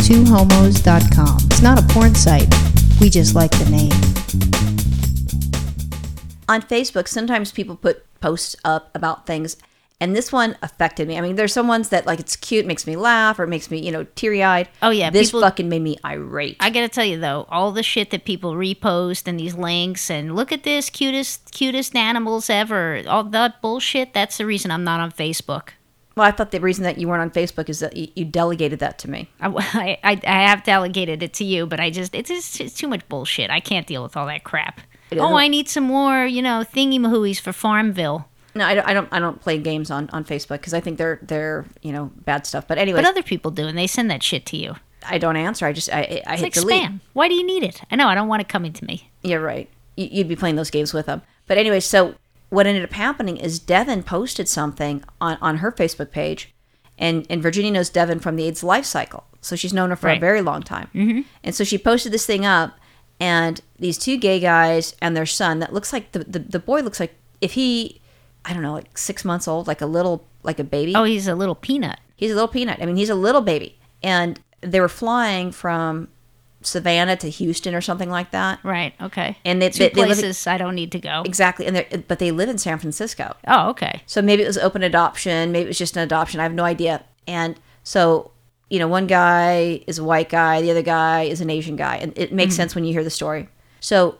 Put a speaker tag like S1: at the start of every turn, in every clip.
S1: twohomos.com. It's not a porn site. We just like the name.
S2: on Facebook, sometimes people put posts up about things, and this one affected me. I mean, there's some ones that like it's cute, makes me laugh, or makes me you know teary eyed.
S3: Oh, yeah,
S2: this
S3: people-
S2: fucking made me irate.
S3: I gotta tell you though, all the shit that people repost and these links and look at this cutest cutest animals ever, all that bullshit. That's the reason I'm not on Facebook.
S2: well, I thought the reason that you weren't on Facebook is that you, you delegated that to me.
S3: I, I, I I have delegated it to you, but I just it's just it's too much bullshit. I can't deal with all that crap. Oh, I need some more, you know, thingy mahooies for Farmville.
S2: No, I don't. I don't, I don't play games on on Facebook because I think they're they're you know bad stuff. But anyway,
S3: But other people do, and they send that shit to you.
S2: I don't answer. I just I I, I hit
S3: It's like
S2: delete.
S3: spam. Why do you need it? I know I don't want it coming to me.
S2: Yeah, right. You- You'd be playing those games with them. But anyway, so what ended up happening is Devin posted something on, on her Facebook page, and, and Virginia knows Devin from the AIDS life cycle. So she's known her for a
S3: Right.
S2: very long time. Mm-hmm. And so she posted this thing up, and these two gay guys and their son that looks like the, the, the boy looks like if he, I don't know, like six months old, like a little, like a baby.
S3: Oh, he's a little peanut.
S2: He's a little peanut. I mean, he's a little baby. And they were flying from Savannah to Houston or something like that
S3: Right. Okay.
S2: And they-
S3: two
S2: they- they live in-
S3: places I don't need to go.
S2: exactly and they're but they live in san francisco
S3: Oh, okay.
S2: so maybe it was open adoption maybe it was just an adoption i have no idea and so you know one guy is a white guy the other guy is an asian guy and it makes sense when you hear the story so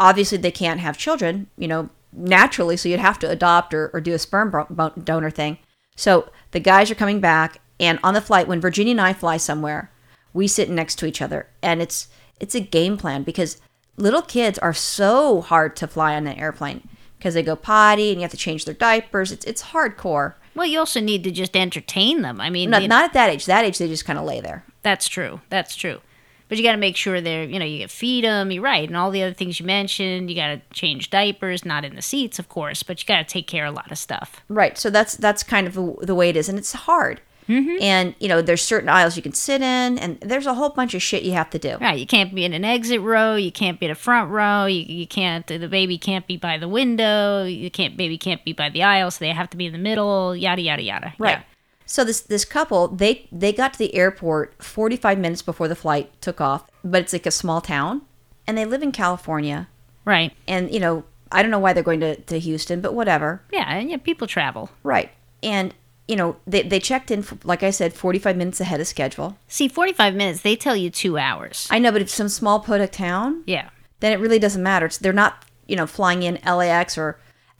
S2: obviously they can't have children you know naturally so you'd have to adopt or, or do a sperm bro- bo- donor thing so the guys are coming back and on the flight when virginia and i fly somewhere we sit next to each other and it's it's a game plan because little kids are so hard to fly on an airplane because they go potty and you have to change their diapers it's it's hardcore
S3: Well, you also need to just entertain them. I mean,
S2: not,
S3: you-
S2: not at that age that age they just kind of lay there
S3: That's true. That's true. But you got to make sure they're, you know, you feed them, you're right, and all the other things you mentioned. You got to change diapers, not in the seats, of course, but you got to take care of a lot of stuff.
S2: right so that's that's kind of the, the way it is and it's hard and you know there's certain aisles you can sit in and there's a whole bunch of shit you have to do
S3: Right. You can't be in an exit row. You can't be in a front row. You, you can't, the baby can't be by the window. You can't, baby can't be by the aisle. So they have to be in the middle, yada, yada, yada.
S2: Right.
S3: Yeah.
S2: So this this couple, they they got to the airport 45 minutes before the flight took off, but it's like a small town and they live in California
S3: Right.
S2: and you know, I don't know why they're going to, to Houston, but whatever.
S3: Yeah. And yeah, people travel.
S2: Right. And you know, they they checked in for, like I said 45 minutes ahead of schedule.
S3: See, 45 minutes, they tell you two hours.
S2: I know, but if some small Puda town,
S3: Yeah.
S2: then it really doesn't matter. It's, they're not, you know, flying in LAX or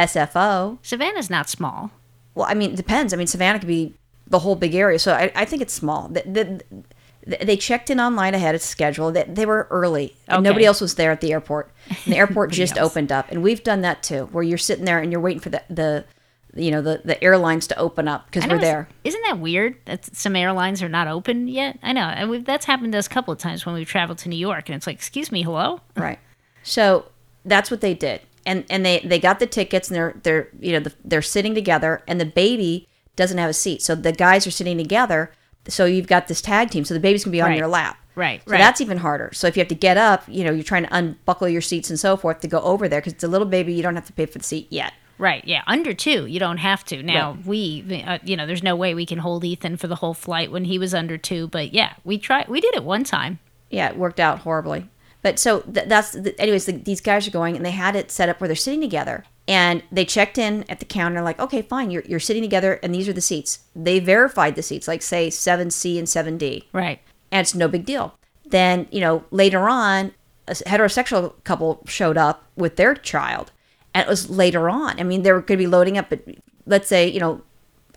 S2: SFO.
S3: Savannah's not small.
S2: Well, I mean, it depends. I mean, Savannah could be the whole big area, so I, I think it's small. The, the, the- they checked in online ahead of schedule. They, they were early. And
S3: Okay.
S2: Nobody else was there at the airport. And the airport just
S3: else.
S2: opened up, and we've done that too, where you're sitting there and you're waiting for the, the you know, the, the airlines to open up because
S3: I know
S2: we're
S3: it's-
S2: there.
S3: Isn't that weird that some airlines are not open yet? I know. and we've, that's happened to us a couple of times when we've traveled to New York, and it's like, excuse me, hello?
S2: Right. So that's what they did, and and they they got the tickets, and they're they're you know the, they're sitting together, and the baby doesn't have a seat, so the guys are sitting together. So you've got this tag team, so the baby's gonna be on
S3: Right.
S2: your lap.
S3: Right,
S2: So
S3: right.
S2: that's even harder. So if you have to get up, you know, you're trying to unbuckle your seats and so forth to go over there because it's a little baby. You don't have to pay for the seat yet.
S3: Right. Yeah. Under two, you don't have to. Now, we, uh, you know, there's no way we can hold Ethan for the whole flight when he was under two, but yeah, we tried. We did it one time.
S2: yeah, it worked out horribly. But so th- that's, the, anyways, the, these guys are going and they had it set up where they're sitting together. And they checked in at the counter, like, okay, fine, you're, you're sitting together and these are the seats. They verified the seats, like, say, 7C and 7D.
S3: Right.
S2: And it's no big deal. Then, you know, later on, a s- heterosexual couple showed up with their child. And it was later on. I mean, they were going to be loading up, but let's say, you know,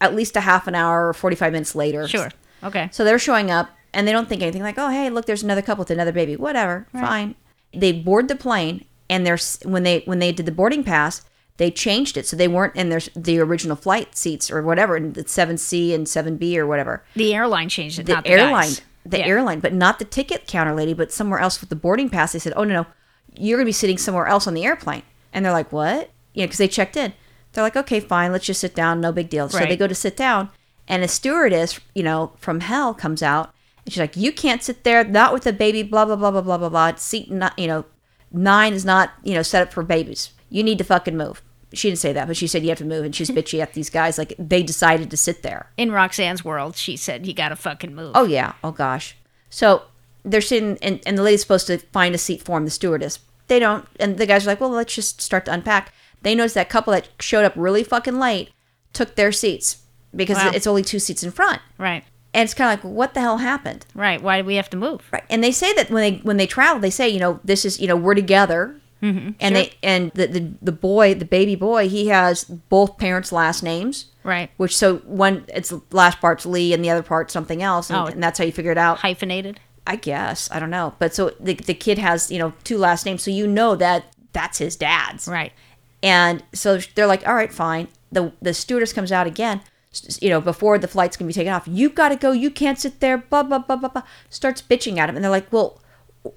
S2: at least a half an hour or 45 minutes later.
S3: Sure. Okay.
S2: So they're showing up and they don't think anything like, oh, hey, look, there's another couple with another baby. Whatever, fine. They board the plane and they're when they when they did the boarding pass, they changed it so they weren't in their the original flight seats or whatever, in the seven C and seven B or whatever.
S3: The airline changed it.
S2: The
S3: not the
S2: airline,
S3: guys.
S2: the
S3: Yeah.
S2: airline, but not the ticket counter lady, but somewhere else with the boarding pass. They said, oh no, no, you're gonna be sitting somewhere else on the airplane, and they're like, what? You know, because they checked in. They're like, okay, fine, let's just sit down, no big deal. So they
S3: Right.
S2: go to sit down, and a stewardess, you know, from hell comes out, and she's like, you can't sit there, not with a baby, blah blah blah blah blah blah blah. Seat, not, you know, nine is not, you know, set up for babies. You need to fucking move. she didn't say that, but she said you have to move, and she's bitchy at these guys. Like they decided to sit there.
S3: In Roxanne's world, she said, "You gotta fucking move."
S2: Oh yeah. Oh gosh. So they're sitting, and, and the lady's supposed to find a seat for him, the stewardess. They don't, and the guys are like, well, let's just start to unpack. They notice that couple that showed up really fucking late took their seats because
S3: Wow.
S2: it's only two seats in front,
S3: Right,
S2: and it's kind of like, what the hell happened?
S3: right. Why do we have to move?
S2: Right. And they say that when they when they travel, they say, you know, this is you know we're together. Mm-hmm. And they and the, the the boy, the baby boy, he has both parents' last names.
S3: Right.
S2: Which so one it's last part's Lee and the other part's something else, and,
S3: Oh.
S2: and that's how you figure it out.
S3: Hyphenated.
S2: I guess I don't know, but so the the kid has you know two last names, so you know that that's his dad's.
S3: Right.
S2: And so they're like, all right, fine. The the stewardess comes out again, s- you know, before the flight's gonna be taken off. You gotta go. You can't sit there. Blah blah blah blah blah. Starts bitching at him, and they're like, well,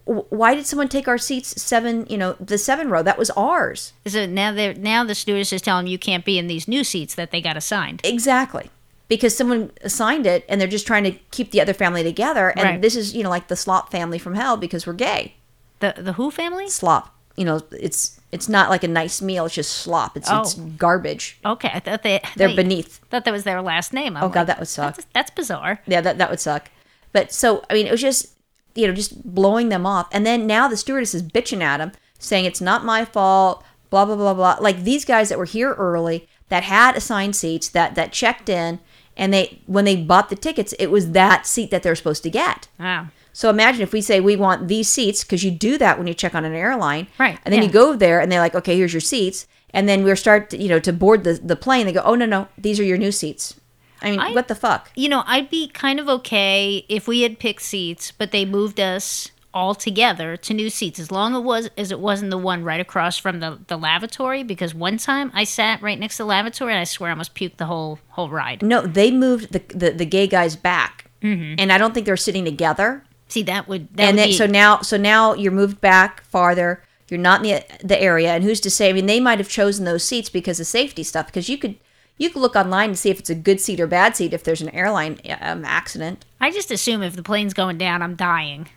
S2: w- why did someone take our seats seven? You know, the seven row that was ours.
S3: So now they now the stewardess is telling them you can't be in these new seats that they got assigned.
S2: Exactly. Because someone assigned it, and they're just trying to keep the other family together. And
S3: Right.
S2: this is you know like the slop family from hell because we're gay.
S3: The the Who family?
S2: Slop. You know, it's it's not like a nice meal. It's just slop. It's it's
S3: Oh.
S2: garbage.
S3: Okay, I thought they
S2: They're
S3: they-
S2: beneath.
S3: Thought that was their last name. I'm
S2: Oh God,
S3: like,
S2: that would suck.
S3: that's, that's bizarre.
S2: Yeah, that that would suck. But so I mean, it was just you know just blowing them off, and then now the stewardess is bitching at him, saying it's not my fault, blah blah blah blah. Like these guys that were here early, that had assigned seats, that that checked in, and they when they bought the tickets, it was that seat that they're supposed to get.
S3: Wow.
S2: So imagine if we say we want these seats because you do that when you check on an airline,
S3: Right,
S2: And then
S3: yeah.
S2: you go there and they're like, okay, here's your seats, and then we're start to, you know to board the the plane. They go, oh no no, these are your new seats. I mean,
S3: I-
S2: what the fuck?
S3: You know, I'd be kind of okay if we had picked seats, but they moved us all together to new seats as long it was as it wasn't the one right across from the the lavatory because one time I sat right next to the lavatory and I swear I almost puked the whole whole ride.
S2: No, they moved the the, the gay guys back, and I don't think they're sitting together.
S3: See, that would Mm-hmm. that
S2: and
S3: would
S2: then
S3: be,
S2: so now so now you're moved back farther. You're not in the the area, and who's to say? I mean, they might have chosen those seats because of safety stuff. Because you could you could look online and see if it's a good seat or bad seat if there's an airline um, accident.
S3: I just assume if the plane's going down, I'm dying.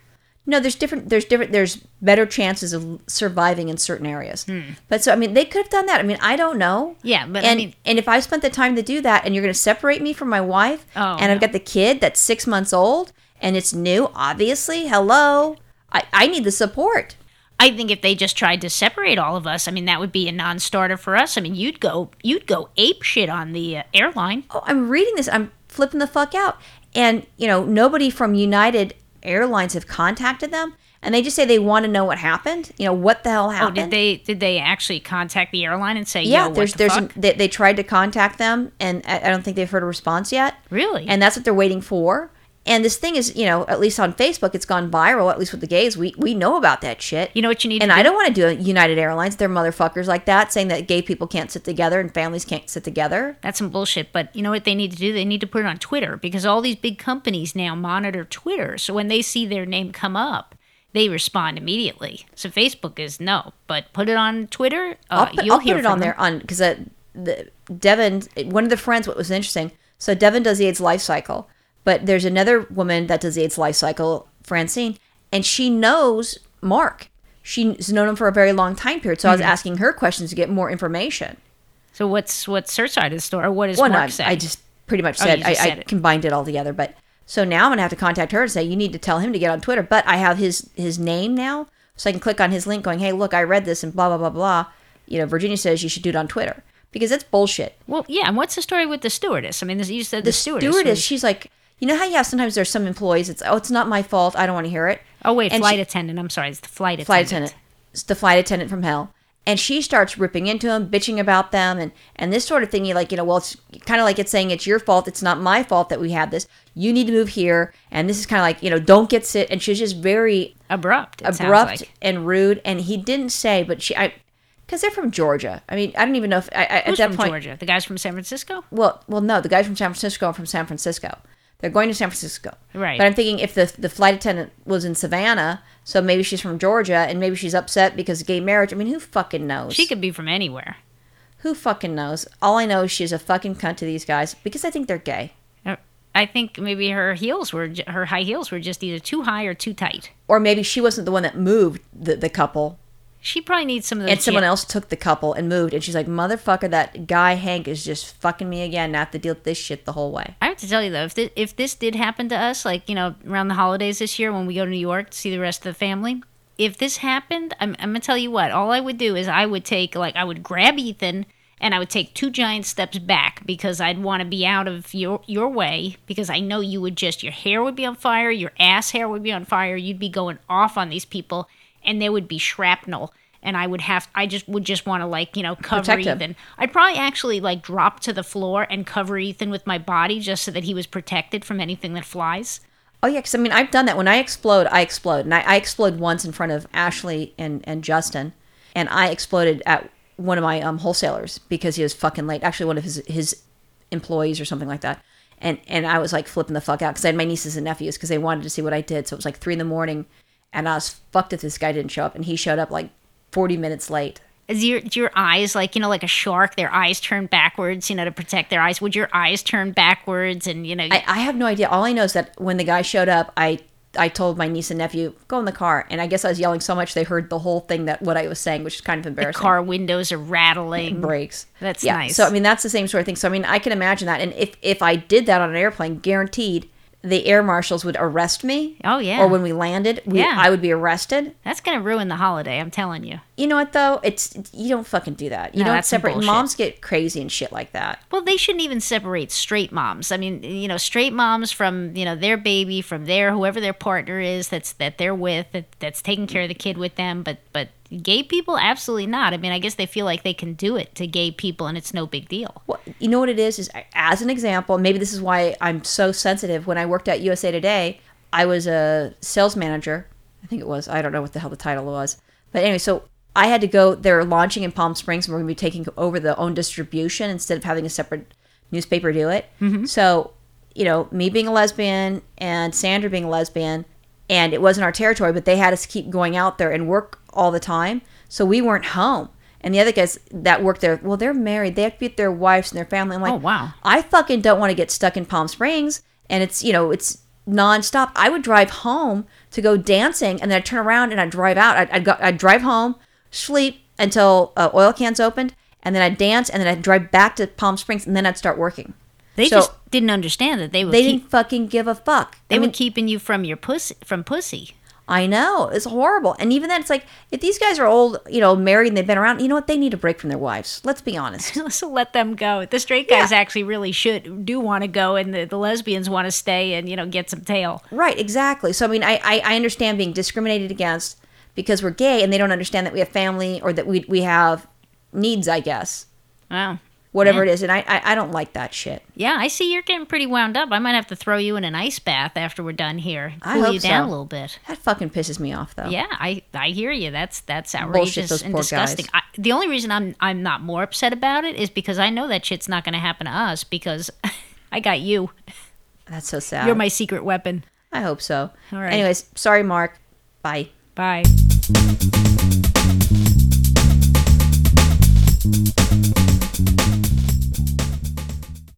S2: No, there's different. There's different. There's better chances of surviving in certain areas. But so I mean, they could have done that. I mean, I don't know.
S3: Hmm. Yeah, but I
S2: and
S3: mean-
S2: and if I spent the time to do that, and you're going to separate me from my wife,
S3: Oh,
S2: and I've
S3: no.
S2: got the kid that's six months old and it's new, obviously. Hello, I I need the support.
S3: I think if they just tried to separate all of us, I mean, that would be a non-starter for us. I mean, you'd go, you'd go ape shit on the uh, airline.
S2: Oh, I'm reading this. I'm flipping the fuck out. And you know, nobody from United Airlines have contacted them, and they just say they want to know what happened. You know, what the hell
S3: Oh,
S2: happened?
S3: did they did they actually contact the airline and say,
S2: Yeah,
S3: Yo,
S2: there's
S3: what the
S2: there's
S3: fuck?
S2: they, they tried to contact them, and I, I don't think they've heard a response yet.
S3: really?"
S2: And that's what they're waiting for. And this thing is, you know, at least on Facebook, it's gone viral. At least with the gays, we we know about that shit.
S3: you know what you need?
S2: and
S3: to
S2: I
S3: do?
S2: don't want to do a United Airlines. They're motherfuckers like that, saying that gay people can't sit together and families can't sit together.
S3: That's some bullshit. But you know what they need to do? They need to put it on Twitter because all these big companies now monitor Twitter. So when they see their name come up, they respond immediately. So Facebook is no, but put it on Twitter.
S2: I'll
S3: Uh,
S2: put,
S3: you'll
S2: I'll
S3: hear
S2: put it
S3: from
S2: on
S3: them.
S2: there on because the Devin, one of the friends, what was interesting. So Devin does the AIDS life cycle, but there's another woman that does the AIDS life cycle, Francine, and she knows Mark. She's known him for a very long time period. So I was
S3: Hmm.
S2: asking her questions to get more information.
S3: So what's what's her side of the story? Or what is
S2: Well, no,
S3: Mark
S2: I,
S3: say?
S2: I just pretty much
S3: Oh,
S2: said
S3: you
S2: I,
S3: just said
S2: I
S3: it.
S2: combined it all together. But so now I'm gonna have to contact her and say you need to tell him to get on Twitter. But I have his his name now, so I can click on his link, going, hey, look, I read this and blah blah blah blah. You know, Virginia says you should do it on Twitter because that's bullshit.
S3: well, yeah. And what's the story with the stewardess? I mean, this- you said the,
S2: The
S3: stewardess.
S2: stewardess,
S3: was-
S2: she's like, you know how you have sometimes there's some employees. It's oh, it's not my fault. I don't want to hear it.
S3: oh wait,
S2: and
S3: flight
S2: she-
S3: attendant. I'm sorry, it's the flight attendant.
S2: flight attendant. It's the flight attendant from hell. And she starts ripping into him, bitching about them, and and this sort of thing. You like, you know, well, it's kind of like it's saying it's your fault. It's not my fault that we had this. You need to move here. And this is kind of like, you know, don't get sit. And she's just very
S3: Abrupt. It
S2: abrupt
S3: Sounds like.
S2: and rude. And he didn't say, but she, I, because they're from Georgia. I mean, I don't even know if I, I, at
S3: Who's
S2: that
S3: from
S2: point,
S3: Georgia? The guys from San Francisco?
S2: well, well, no, the guys from San Francisco are from San Francisco. They're going to San Francisco,
S3: Right.
S2: But I'm thinking if the the flight attendant was in Savannah, so maybe she's from Georgia, and maybe she's upset because of gay marriage. I mean, who fucking knows?
S3: She could be from anywhere.
S2: who fucking knows? All I know is she's a fucking cunt to these guys because I think they're gay,
S3: Uh, I think maybe her heels were ju- her high heels were just either too high or too tight.
S2: or maybe she wasn't the one that moved the the couple.
S3: She probably needs some of those.
S2: and someone
S3: yeah.
S2: else took the couple and moved, and she's like, "Motherfucker, that guy Hank is just fucking me again. I have to deal with this shit the whole way."
S3: I have to tell you though, if this, if this did happen to us, like you know, around the holidays this year when we go to New York to see the rest of the family, if this happened, I'm, I'm gonna tell you what. All I would do is I would take like I would grab Ethan and I would take two giant steps back because I'd want to be out of your your way because I know you would just your hair would be on fire, your ass hair would be on fire, you'd be going off on these people, and they would be shrapnel. And I would have, I just would just want to like, you know, cover
S2: Protect him.
S3: Ethan. I'd probably actually like drop to the floor and cover Ethan with my body just so that he was protected from anything that flies.
S2: Oh yeah, because I mean, I've done that. When I explode, I explode, and I, I explode once in front of Ashley and and Justin, and I exploded at one of my um, wholesalers because he was fucking late. Actually, one of his his employees or something like that. And and I was like flipping the fuck out because I had my nieces and nephews because they wanted to see what I did. So it was like three in the morning, and I was fucked if this guy didn't show up, and he showed up like forty minutes late.
S3: Is your do your eyes like you know like a shark? Their eyes turn backwards, you know, to protect their eyes. Would your eyes turn backwards and you know?
S2: I, I have no idea. All I know is that when the guy showed up, I I told my niece and nephew go in the car, and I guess I was yelling so much they heard the whole thing that what I was saying, which is kind of embarrassing.
S3: Car windows are rattling.
S2: breaks.
S3: That's
S2: yeah.
S3: nice.
S2: So I mean, that's the same sort of thing. So I mean, I can imagine that. And if if I did that on an airplane, guaranteed the air marshals would arrest me.
S3: Oh, yeah.
S2: Or when we landed, we,
S3: Yeah.
S2: I would be arrested.
S3: That's gonna ruin the holiday. I'm telling you.
S2: You know what though? It's you don't fucking do that. You
S3: No,
S2: don't
S3: that's some
S2: separate.
S3: bullshit.
S2: Moms get crazy and shit like that.
S3: Well, they shouldn't even separate straight moms. I mean, you know, straight moms from you know their baby, from their whoever their partner is that's that they're with, that, that's taking care of the kid with them. But but gay people, absolutely not. I mean, I guess they feel like they can do it to gay people, and it's no big deal.
S2: Well, you know what it is is as an example, maybe this is why I'm so sensitive. When I worked at USA Today, I was a sales manager. I think it was. I don't know what the hell the title was. But anyway, so I had to go. They're launching in Palm Springs, and we're going to be taking over the own distribution instead of having a separate newspaper do it. So, you know, me being a lesbian and Sandra being a lesbian, and it wasn't our territory, but they had us keep going out there and work all the time. So we weren't home. And the other guys that work there, well, they're married. They have to be with their wives and their family. I'm like,
S3: Oh, wow.
S2: I fucking don't want to get stuck in Palm Springs. And it's, you know, it's nonstop. I would drive home to go dancing and then I'd turn around and I'd drive out. I'd, I'd, go, I'd drive home, sleep until uh, oil cans opened, and then I'd dance and then I'd drive back to Palm Springs and then I'd start working.
S3: They
S2: So-
S3: just didn't understand that they were
S2: They
S3: keep,
S2: didn't fucking give a fuck.
S3: they
S2: I mean,
S3: were keeping you from your pussy from pussy.
S2: I know. It's horrible. And even then, it's like, if these guys are old, you know, married and they've been around, you know what? They need a break from their wives. Let's be honest.
S3: so let them go. The straight guys actually really should do want to go, and the, the lesbians want to stay and you know get some tail.
S2: right, exactly. So, I mean, I, I, I understand being discriminated against because we're gay and they don't understand that we have family or that we, we have needs, I guess,
S3: Wow.
S2: whatever
S3: Yeah.
S2: it is. And I, I, I don't like that shit.
S3: Yeah, I see you're getting pretty wound up. I might have to throw you in an ice bath after we're done here.
S2: I
S3: Cool
S2: hope
S3: you down
S2: so.
S3: a little bit.
S2: That fucking pisses me off, though.
S3: Yeah, I, I hear you. That's that's outrageous
S2: those
S3: and
S2: poor
S3: disgusting. I, the only reason I'm I'm not more upset about it is because I know that shit's not going to happen to us because I got you.
S2: That's so sad.
S3: You're my secret weapon.
S2: I hope so.
S3: All right.
S2: Anyways, sorry, Mark. Bye.
S3: Bye.